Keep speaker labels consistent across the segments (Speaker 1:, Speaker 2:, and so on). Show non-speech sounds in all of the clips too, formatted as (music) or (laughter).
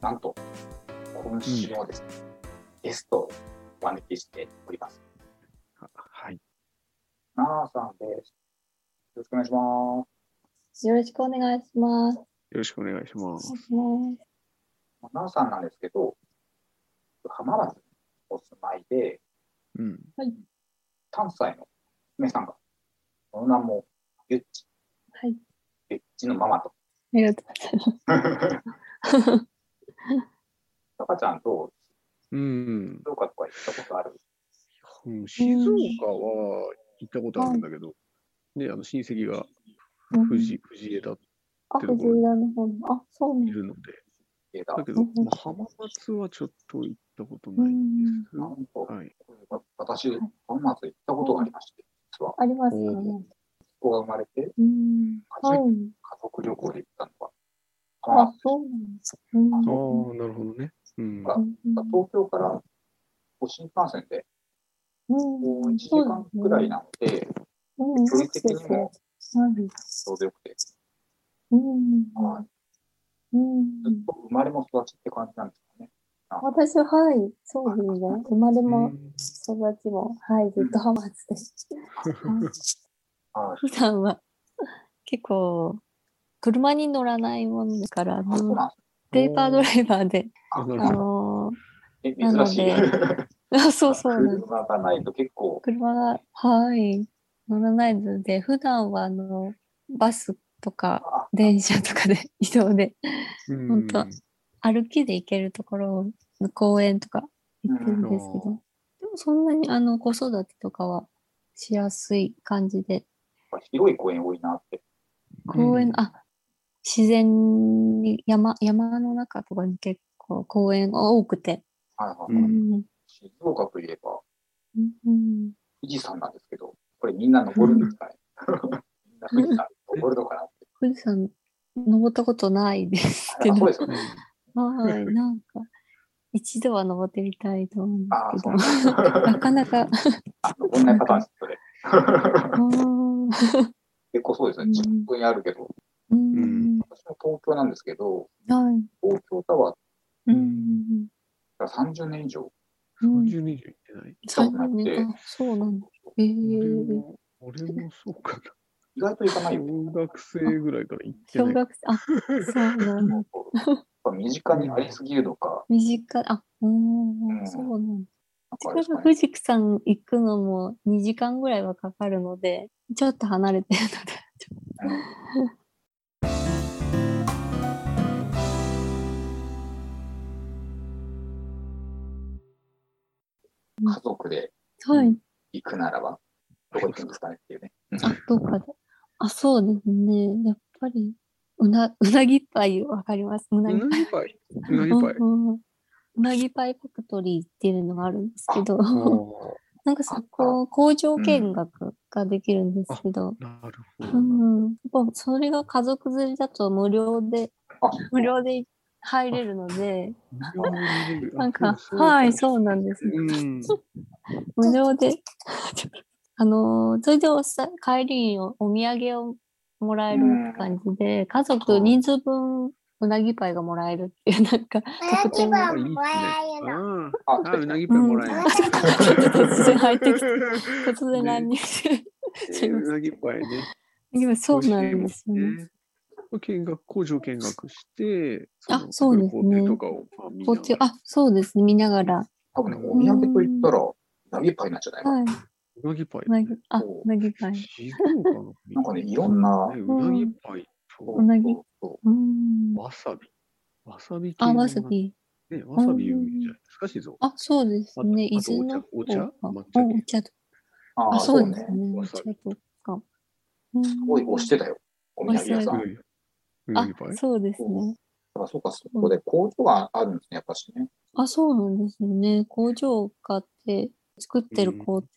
Speaker 1: なんと、今週のですね、ゲストをお招きしております。
Speaker 2: はい。
Speaker 1: なあさんです。よろしくお願いします。
Speaker 3: よろしくお願いします。
Speaker 2: よろしくお願いします。
Speaker 1: なあさんなんですけど、浜松にお住まいで、
Speaker 2: うん。
Speaker 1: 3歳の娘さんが、その名もゆっち、
Speaker 3: はい。
Speaker 1: ゆっちのママと、
Speaker 3: ありがとうございます。
Speaker 1: 赤ちゃんと
Speaker 2: うん。
Speaker 1: 静岡とか行ったことある
Speaker 2: 静岡は行ったことあるんだけど、ね、あの親戚が藤井藤枝
Speaker 3: あ、藤枝の方の。あ、そう
Speaker 2: い
Speaker 3: ね。
Speaker 2: るので、
Speaker 1: 映
Speaker 2: だ
Speaker 1: 画。
Speaker 2: けど、
Speaker 3: うん
Speaker 2: まあ、浜松はちょっと行ったことないです。
Speaker 1: なんと、
Speaker 2: はい。
Speaker 1: 私、浜松行ったことがありまして、実は、
Speaker 3: ありますかね。
Speaker 1: 子が生まれて、
Speaker 3: うん。はい。
Speaker 1: 家族旅行で行ったのが、浜
Speaker 3: あ
Speaker 1: 松、
Speaker 3: そうなんです。うん
Speaker 2: ああ、なるほどね。うん。
Speaker 1: あ東京から新幹線でもう1時間くらいなので、
Speaker 3: うん。
Speaker 1: 距離的にもちょうどよくて、
Speaker 3: うん。
Speaker 1: はい
Speaker 3: うん
Speaker 1: ずっと生まれも育ちって感じなんですかね。
Speaker 3: 私、はい。そうですね。生まれも
Speaker 2: うん
Speaker 3: 育ちも、はい、ずっと浜松です。
Speaker 1: はい。
Speaker 3: 普段は結構車に乗らないもんだから、あ
Speaker 1: あ、そう
Speaker 3: の
Speaker 1: なんです
Speaker 3: ペーパードライバーで、
Speaker 2: あな
Speaker 3: あ
Speaker 2: るほど。
Speaker 3: の
Speaker 1: ね。
Speaker 3: なの
Speaker 1: 珍
Speaker 3: で
Speaker 1: しい。
Speaker 3: ーあ (laughs) そうそうなんです。
Speaker 1: 車がないと結構、
Speaker 3: 車が、はい、乗らないので、普段はあのバスとか
Speaker 1: あ
Speaker 3: 電車とかで (laughs) 移動で
Speaker 2: うん
Speaker 3: 本当歩きで行けるところの公園とか行ってるんですけ
Speaker 2: う
Speaker 3: ど、でもそんなにあの子育てとかはしやすい感じで、
Speaker 1: 広い公園多いなって。
Speaker 3: 公園、
Speaker 2: うん
Speaker 3: あ自然に山山の中とかに結構公園が多くて、
Speaker 1: はいは
Speaker 2: う
Speaker 1: いはい。
Speaker 2: ん
Speaker 1: 静岡といえば、
Speaker 3: うんうん
Speaker 1: 富士山なんですけど、これみんな登るんです
Speaker 3: (laughs)
Speaker 1: かね。みんな富士山登るのかなって。
Speaker 3: 富士山登ったことないですけ
Speaker 1: あそう
Speaker 3: (laughs) ど
Speaker 1: で、すよね。
Speaker 3: はい、なんか一度は登ってみたいと思うんで
Speaker 1: ああ、
Speaker 3: す
Speaker 1: そ
Speaker 3: け
Speaker 1: う
Speaker 3: ど
Speaker 1: なん、です
Speaker 3: なかなか、
Speaker 1: あ登んないパターンです、それ。
Speaker 3: あー
Speaker 1: 結構そうですね。
Speaker 3: うん
Speaker 1: 自分にあるけど、
Speaker 3: うん、
Speaker 1: 私も東京なんですけど、
Speaker 3: はい、
Speaker 1: 東京タワー
Speaker 3: うん、
Speaker 1: が30年以上、
Speaker 3: うん、
Speaker 2: 30年以上行ってない。
Speaker 3: そうなんですねあそうなんだ。え
Speaker 2: 俺
Speaker 3: ー、
Speaker 2: も俺もそうかな。
Speaker 1: 意外と行かないよね。
Speaker 2: 小学生ぐらいから行って
Speaker 3: 小
Speaker 2: ない。
Speaker 3: 学生、あ、そうなんだ。
Speaker 1: やっぱ身近にありすぎるのか、
Speaker 3: 短い、あ、うん
Speaker 1: う、ん
Speaker 3: そうなんだ。
Speaker 1: なんかあれで
Speaker 3: だ
Speaker 1: すか
Speaker 3: か
Speaker 1: らね
Speaker 3: 富士山行くのも2時間ぐらいはかかるので、ちょっと離れてるので、
Speaker 1: 家族で
Speaker 3: はい、
Speaker 1: 行くならば、どこ行くんですかねっていうね。
Speaker 3: あ、どうかで。あ、そうですね。やっぱり、うな、うなぎパイ、わかります。うな
Speaker 2: う
Speaker 3: ぎ
Speaker 2: なぎパイ。うなぎパイ。
Speaker 3: うんうんうなぎパイファクトリーっていうのがあるんですけど、 (laughs)
Speaker 2: あ
Speaker 3: なんかそこ、工場見学ができるんですけど、
Speaker 2: あ、なるほ
Speaker 3: う
Speaker 2: ど。
Speaker 3: ん、やっぱそれが家族連れだと無料で
Speaker 1: あ、
Speaker 3: 無料で入れるので、
Speaker 2: な
Speaker 3: なんか、はい、
Speaker 2: う。
Speaker 3: そうなんです。
Speaker 2: うん。
Speaker 3: 無料で、 (laughs) あのーそれでおさ帰りにおお土産をもらえるって感じで、家族人数分うなぎパイがもらえるっていう、なんか、特典が。
Speaker 2: あいいっすね。あ
Speaker 1: あ、
Speaker 2: あ、うなぎ
Speaker 3: う
Speaker 2: パイ
Speaker 3: ん
Speaker 2: もらえる。
Speaker 3: 突然入ってきて、突然乱
Speaker 2: ね
Speaker 3: 入して。すいません
Speaker 2: うなぎパイね。
Speaker 3: でもそうなん
Speaker 2: 美
Speaker 3: ですよ
Speaker 2: 味しいもん
Speaker 3: ね。
Speaker 2: ね。見学、工場見学して、
Speaker 3: あ
Speaker 2: の
Speaker 3: そうですね
Speaker 2: 工程とかを、まあ、見なが
Speaker 3: こっ
Speaker 2: ら
Speaker 3: ち、あ、そうですね。見ながら。は
Speaker 1: 多分ね、お土産と言ったら、ナビパイなんじゃないかな。
Speaker 3: い。
Speaker 2: うなぎパイ
Speaker 3: う。なぎ、あ、
Speaker 1: そう
Speaker 3: うなぎパイ。
Speaker 2: 静岡の国
Speaker 1: なんかねいろんな
Speaker 2: ねうなぎパイ
Speaker 1: そ
Speaker 2: と
Speaker 1: う
Speaker 3: うなぎ
Speaker 1: そうそう
Speaker 3: うーん。
Speaker 2: わさび。わさび系
Speaker 3: あ、
Speaker 2: の
Speaker 3: わさび。
Speaker 2: ね、わさび有名じゃないですか、静岡。
Speaker 3: あ、そうですね。伊
Speaker 2: あと
Speaker 3: 豆の
Speaker 2: お茶
Speaker 3: 方か
Speaker 2: お茶
Speaker 3: う
Speaker 2: 抹茶
Speaker 3: んお茶と。
Speaker 1: あ
Speaker 3: あ、
Speaker 1: あ、
Speaker 3: そ
Speaker 1: そうう
Speaker 3: です
Speaker 1: ね。
Speaker 3: ね。お
Speaker 2: わ
Speaker 3: 茶
Speaker 2: さ
Speaker 3: とか。うん
Speaker 1: すごい押してたよ、お土産屋さん。だ
Speaker 2: うな
Speaker 1: か
Speaker 2: ぎうな
Speaker 3: あ
Speaker 2: ぎパイ、
Speaker 3: そうですね。
Speaker 1: ら、そうか、そこで工場があるんですね、やっぱしね。
Speaker 3: あ、そうなんですよね。工場を買って、作ってる工程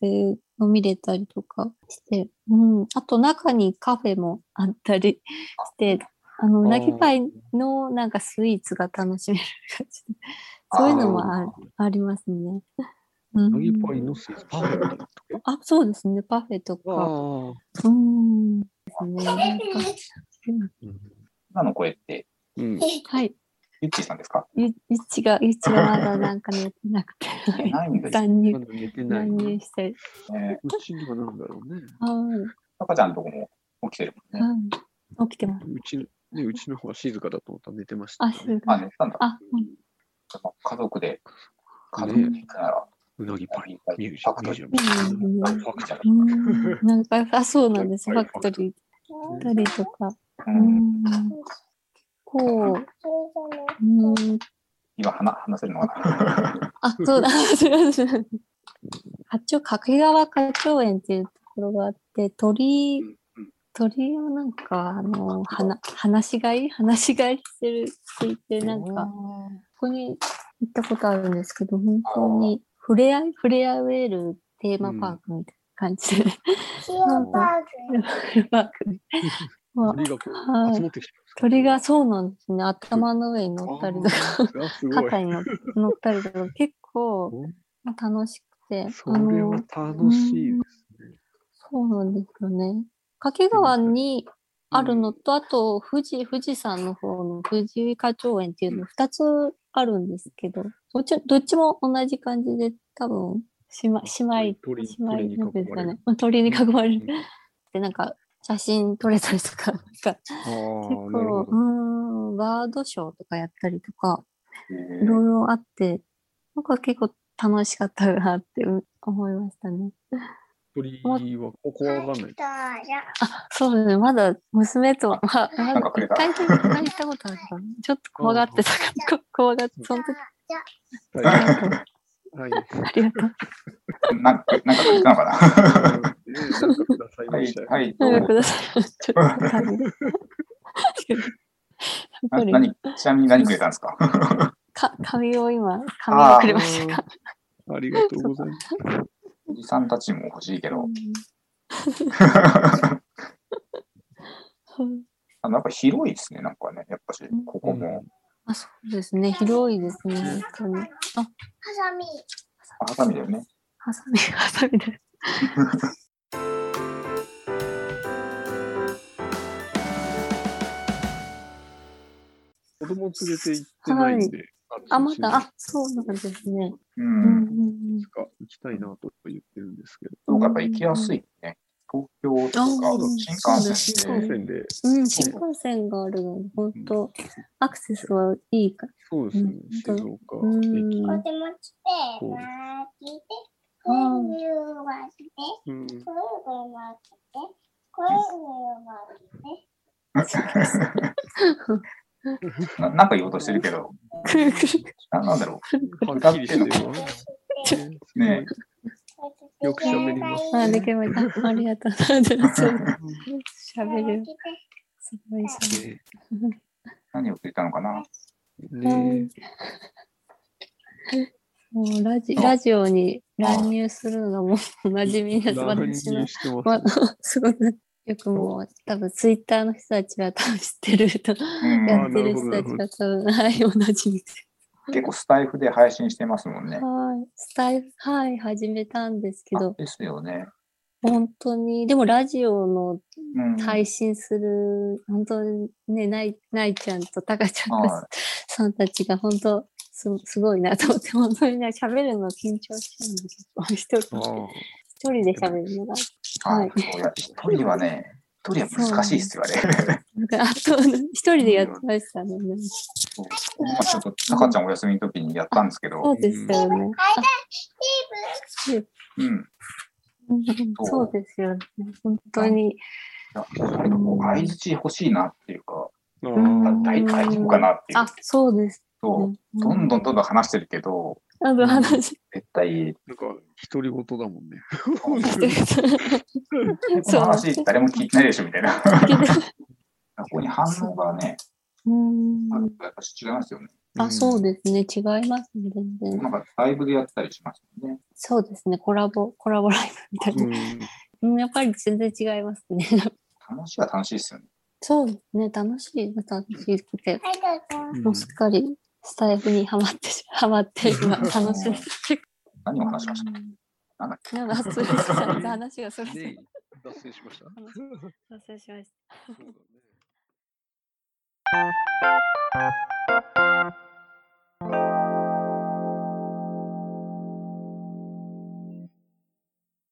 Speaker 3: を見れたりとかして、うん。あと中にカフェもあったりして、あの、うなぎパイのなんかスイーツが楽しめる感じで、そういうのもあるありますね。う
Speaker 2: うんなぎパイのスイーツパフェみたいなとこ
Speaker 3: あ、そうですね。パフェとか。
Speaker 2: ああ。
Speaker 3: うーん。ですね。なんか
Speaker 2: うん
Speaker 1: 今の声って、
Speaker 2: うん。
Speaker 3: はい。
Speaker 1: ゆっちーさんですか
Speaker 3: ゆっちが、ゆっちがまだなんか寝てな
Speaker 2: (laughs)
Speaker 3: くて、
Speaker 1: ないんですよ。
Speaker 3: 断
Speaker 2: ま
Speaker 3: 乳、
Speaker 2: だ寝てない。
Speaker 3: 断乳
Speaker 2: う
Speaker 3: してる。
Speaker 1: ね。
Speaker 2: ちにはなんだろうね。
Speaker 3: うん
Speaker 1: 赤ちゃんのとこも起きてるもんね。
Speaker 3: うん、起きてます。
Speaker 2: うち、ね、うちの方は静かだと思ったら寝てました、
Speaker 3: あ、
Speaker 2: ね。
Speaker 3: 静
Speaker 1: あ、
Speaker 3: か。
Speaker 1: 寝てたんだ。
Speaker 3: あ、うん
Speaker 1: やっぱ家族で、家族で行くなら、
Speaker 2: うなぎパイ、ミュージ
Speaker 1: パ
Speaker 2: ア
Speaker 1: ク
Speaker 2: ム、
Speaker 1: ト
Speaker 2: ミュー
Speaker 1: リ
Speaker 2: ジ
Speaker 1: ー
Speaker 2: アム。
Speaker 3: うん
Speaker 1: ファクチャー。
Speaker 3: うんなんか、あ、そうなんです。フ
Speaker 2: はい
Speaker 3: ァクトリー。ファクトリーとか。
Speaker 1: う、
Speaker 3: うんん。結構、うん。
Speaker 1: 今話話せるのかな。
Speaker 3: あ、そうだ。すいません八丁、掛川花鳥園っていうところがあって、鳥
Speaker 2: うんうん、
Speaker 3: 鳥をなんか、あの、はな、放し飼い放し飼いしてる、していて、なんか、ここに行ったことあるんですけど、本当に、触れ合い、触れ合えるテーマパークみたいな感じで、パークで。まあ
Speaker 2: 鳥がこ
Speaker 3: は
Speaker 2: う集
Speaker 3: い
Speaker 2: まってきて
Speaker 3: 鳥がそうなんですね。頭の上に乗ったりとか、
Speaker 2: か。あ、すごい。
Speaker 3: 肩に乗乗ったりとか、結構
Speaker 2: (laughs) お
Speaker 3: 楽しくて、
Speaker 2: それは楽しいですね。
Speaker 3: そうなんですよね。掛川にあるのと、あと富士、富士山の方の富士花鳥園っていうの2つあるんですけど、どっちどっちも同じ感じで、多分、姉妹、姉妹、
Speaker 2: 鳥
Speaker 3: 姉
Speaker 2: 鳥に
Speaker 3: 妹なんていうんですかね
Speaker 2: 囲。
Speaker 3: 鳥に囲まれ
Speaker 2: う
Speaker 3: て
Speaker 2: ん、
Speaker 3: なんか写真撮れたりとか、なんか
Speaker 2: ああ
Speaker 3: 結
Speaker 2: ー、なるほ
Speaker 3: 構うー
Speaker 2: ど。
Speaker 3: んバードショーとかやったりとかい
Speaker 1: え
Speaker 3: ろいろあってなんか結構楽しかったなって思いましたね。
Speaker 2: 鳥はここわかんない。
Speaker 3: そうですねまだ娘とはまま
Speaker 1: なん
Speaker 3: だ
Speaker 1: かくれ
Speaker 3: 一
Speaker 1: た
Speaker 3: 回だけ泣いたことあるかなちょっと怖がってたからこ怖がってその時
Speaker 2: はい。は
Speaker 3: なんか
Speaker 2: い。
Speaker 3: ありがとう
Speaker 1: ー、なんか、なんか聞いたのかな。
Speaker 2: ねなんかください
Speaker 1: は
Speaker 2: ま
Speaker 1: い
Speaker 2: したよ、
Speaker 1: はい、ど
Speaker 3: な
Speaker 1: うん
Speaker 3: か
Speaker 1: も
Speaker 3: くださいちょっとわかんないやっぱ
Speaker 1: な
Speaker 3: り
Speaker 1: 何、ちなみに何くれたんですか
Speaker 3: か紙を今紙をくれましたか
Speaker 2: ありがとうございます。
Speaker 1: おじさんたちも欲しいけど。
Speaker 3: うん
Speaker 1: あなんか広いですね、なんかね、やっぱし、ここも。
Speaker 3: あ、そうですね。広いですね。本当に。あ、
Speaker 1: あ熱海だよね。
Speaker 3: ハサミ、ハサミです。
Speaker 2: 子供連れて行ってないんで。
Speaker 3: あ、まだ、あ、そうなんですね。
Speaker 1: う。
Speaker 3: うんん
Speaker 2: いつか行きたいなと言ってるんですけ
Speaker 1: な
Speaker 2: ど。
Speaker 1: んかやっぱ行きやすいね。東京とか
Speaker 3: あ
Speaker 1: 新幹
Speaker 3: ー
Speaker 2: 新
Speaker 1: 線
Speaker 2: 幹
Speaker 1: で。
Speaker 2: 線で、
Speaker 3: うん、うん、新幹線があるので、本当アクセスはいいから。
Speaker 2: そうですね、
Speaker 3: うん
Speaker 2: 静岡
Speaker 3: うん
Speaker 2: 駅。うん
Speaker 1: ななんか言おうとしてるけど、
Speaker 3: くるくる。
Speaker 1: ななんだろ
Speaker 2: はっきりしてるわ。
Speaker 1: ね
Speaker 2: よく喋ります
Speaker 3: (laughs) あ、できればいい。あありがとう。 (laughs) そう喋る。すごい喋る。
Speaker 2: ね
Speaker 1: う。何をくれたのかな。
Speaker 2: ね
Speaker 3: もうラジラジオに乱入するのがもう (laughs) おなじみです。
Speaker 2: 乱入
Speaker 3: 私の
Speaker 2: してま。
Speaker 3: ますあ、 (laughs) そうね。よくもう、多分ツイッターの人たちは多分知ってると、
Speaker 1: うん
Speaker 3: やってる人たちは多分、はい、おなじみで。
Speaker 1: 結構スタイフで配信してますもんね。
Speaker 3: はい、スタイル、はい、始めたんですけ
Speaker 1: あ
Speaker 3: ど、
Speaker 1: ですよね。
Speaker 3: 本当に、でもラジオの
Speaker 1: うん。
Speaker 3: 配信する、本当にね、ない、ないちゃんとたかちゃんたち
Speaker 1: は
Speaker 3: さんたちが本当、すすごいなと思って、本当にね、喋るの緊張しちゃうんですよ。一
Speaker 2: あ
Speaker 3: 人
Speaker 2: あ
Speaker 3: 一人で喋るのが。
Speaker 1: は
Speaker 3: はいい。
Speaker 1: そういや一人ではね、一人は難しいっすよね。
Speaker 3: なんか、あと、一人でやってましたね。
Speaker 1: (laughs) 僕もちょっと、たかちゃんお休みの時にやったんですけ
Speaker 3: そ
Speaker 1: ど
Speaker 3: う、でしたよね。
Speaker 1: うん。
Speaker 3: うんそうですよね。本当に。
Speaker 1: いやなんかこう、相づち欲しいなっていうか、
Speaker 2: あ
Speaker 3: うん
Speaker 2: あ
Speaker 1: 大大丈夫かなっていう
Speaker 3: あ。、そうです、
Speaker 1: と、
Speaker 3: ね。
Speaker 1: どん
Speaker 3: どん。
Speaker 1: どんどんどん話してるけど、
Speaker 3: あの話。
Speaker 1: 絶対、
Speaker 2: なんか、独り言だもんね。
Speaker 1: (laughs) この話誰も聞いてないでしょみたいな。 (laughs) ここに反応がね、
Speaker 3: うん。
Speaker 1: あるとやっぱ違いますよね。
Speaker 3: あ、そうですね。違いますね。全然。
Speaker 1: なんかライブでやったりしますよね。
Speaker 3: そうですね。コラボ、コラボライブみたいな。
Speaker 2: うん
Speaker 3: うん、やっぱり全然違いますね。 (laughs)
Speaker 1: 楽しいは楽しいですよね。
Speaker 3: そうですね。楽しい。楽しくて。もうすっかりスタイフにはまってし、 (laughs) はまっ
Speaker 1: (laughs)
Speaker 3: て、今楽しんで。
Speaker 1: 何を話しましたなんだっ
Speaker 3: なんか、そうで
Speaker 1: (laughs)
Speaker 3: す話がそれ
Speaker 2: ね
Speaker 3: て。
Speaker 2: 脱線しました。
Speaker 3: 脱線しました。
Speaker 2: そうだね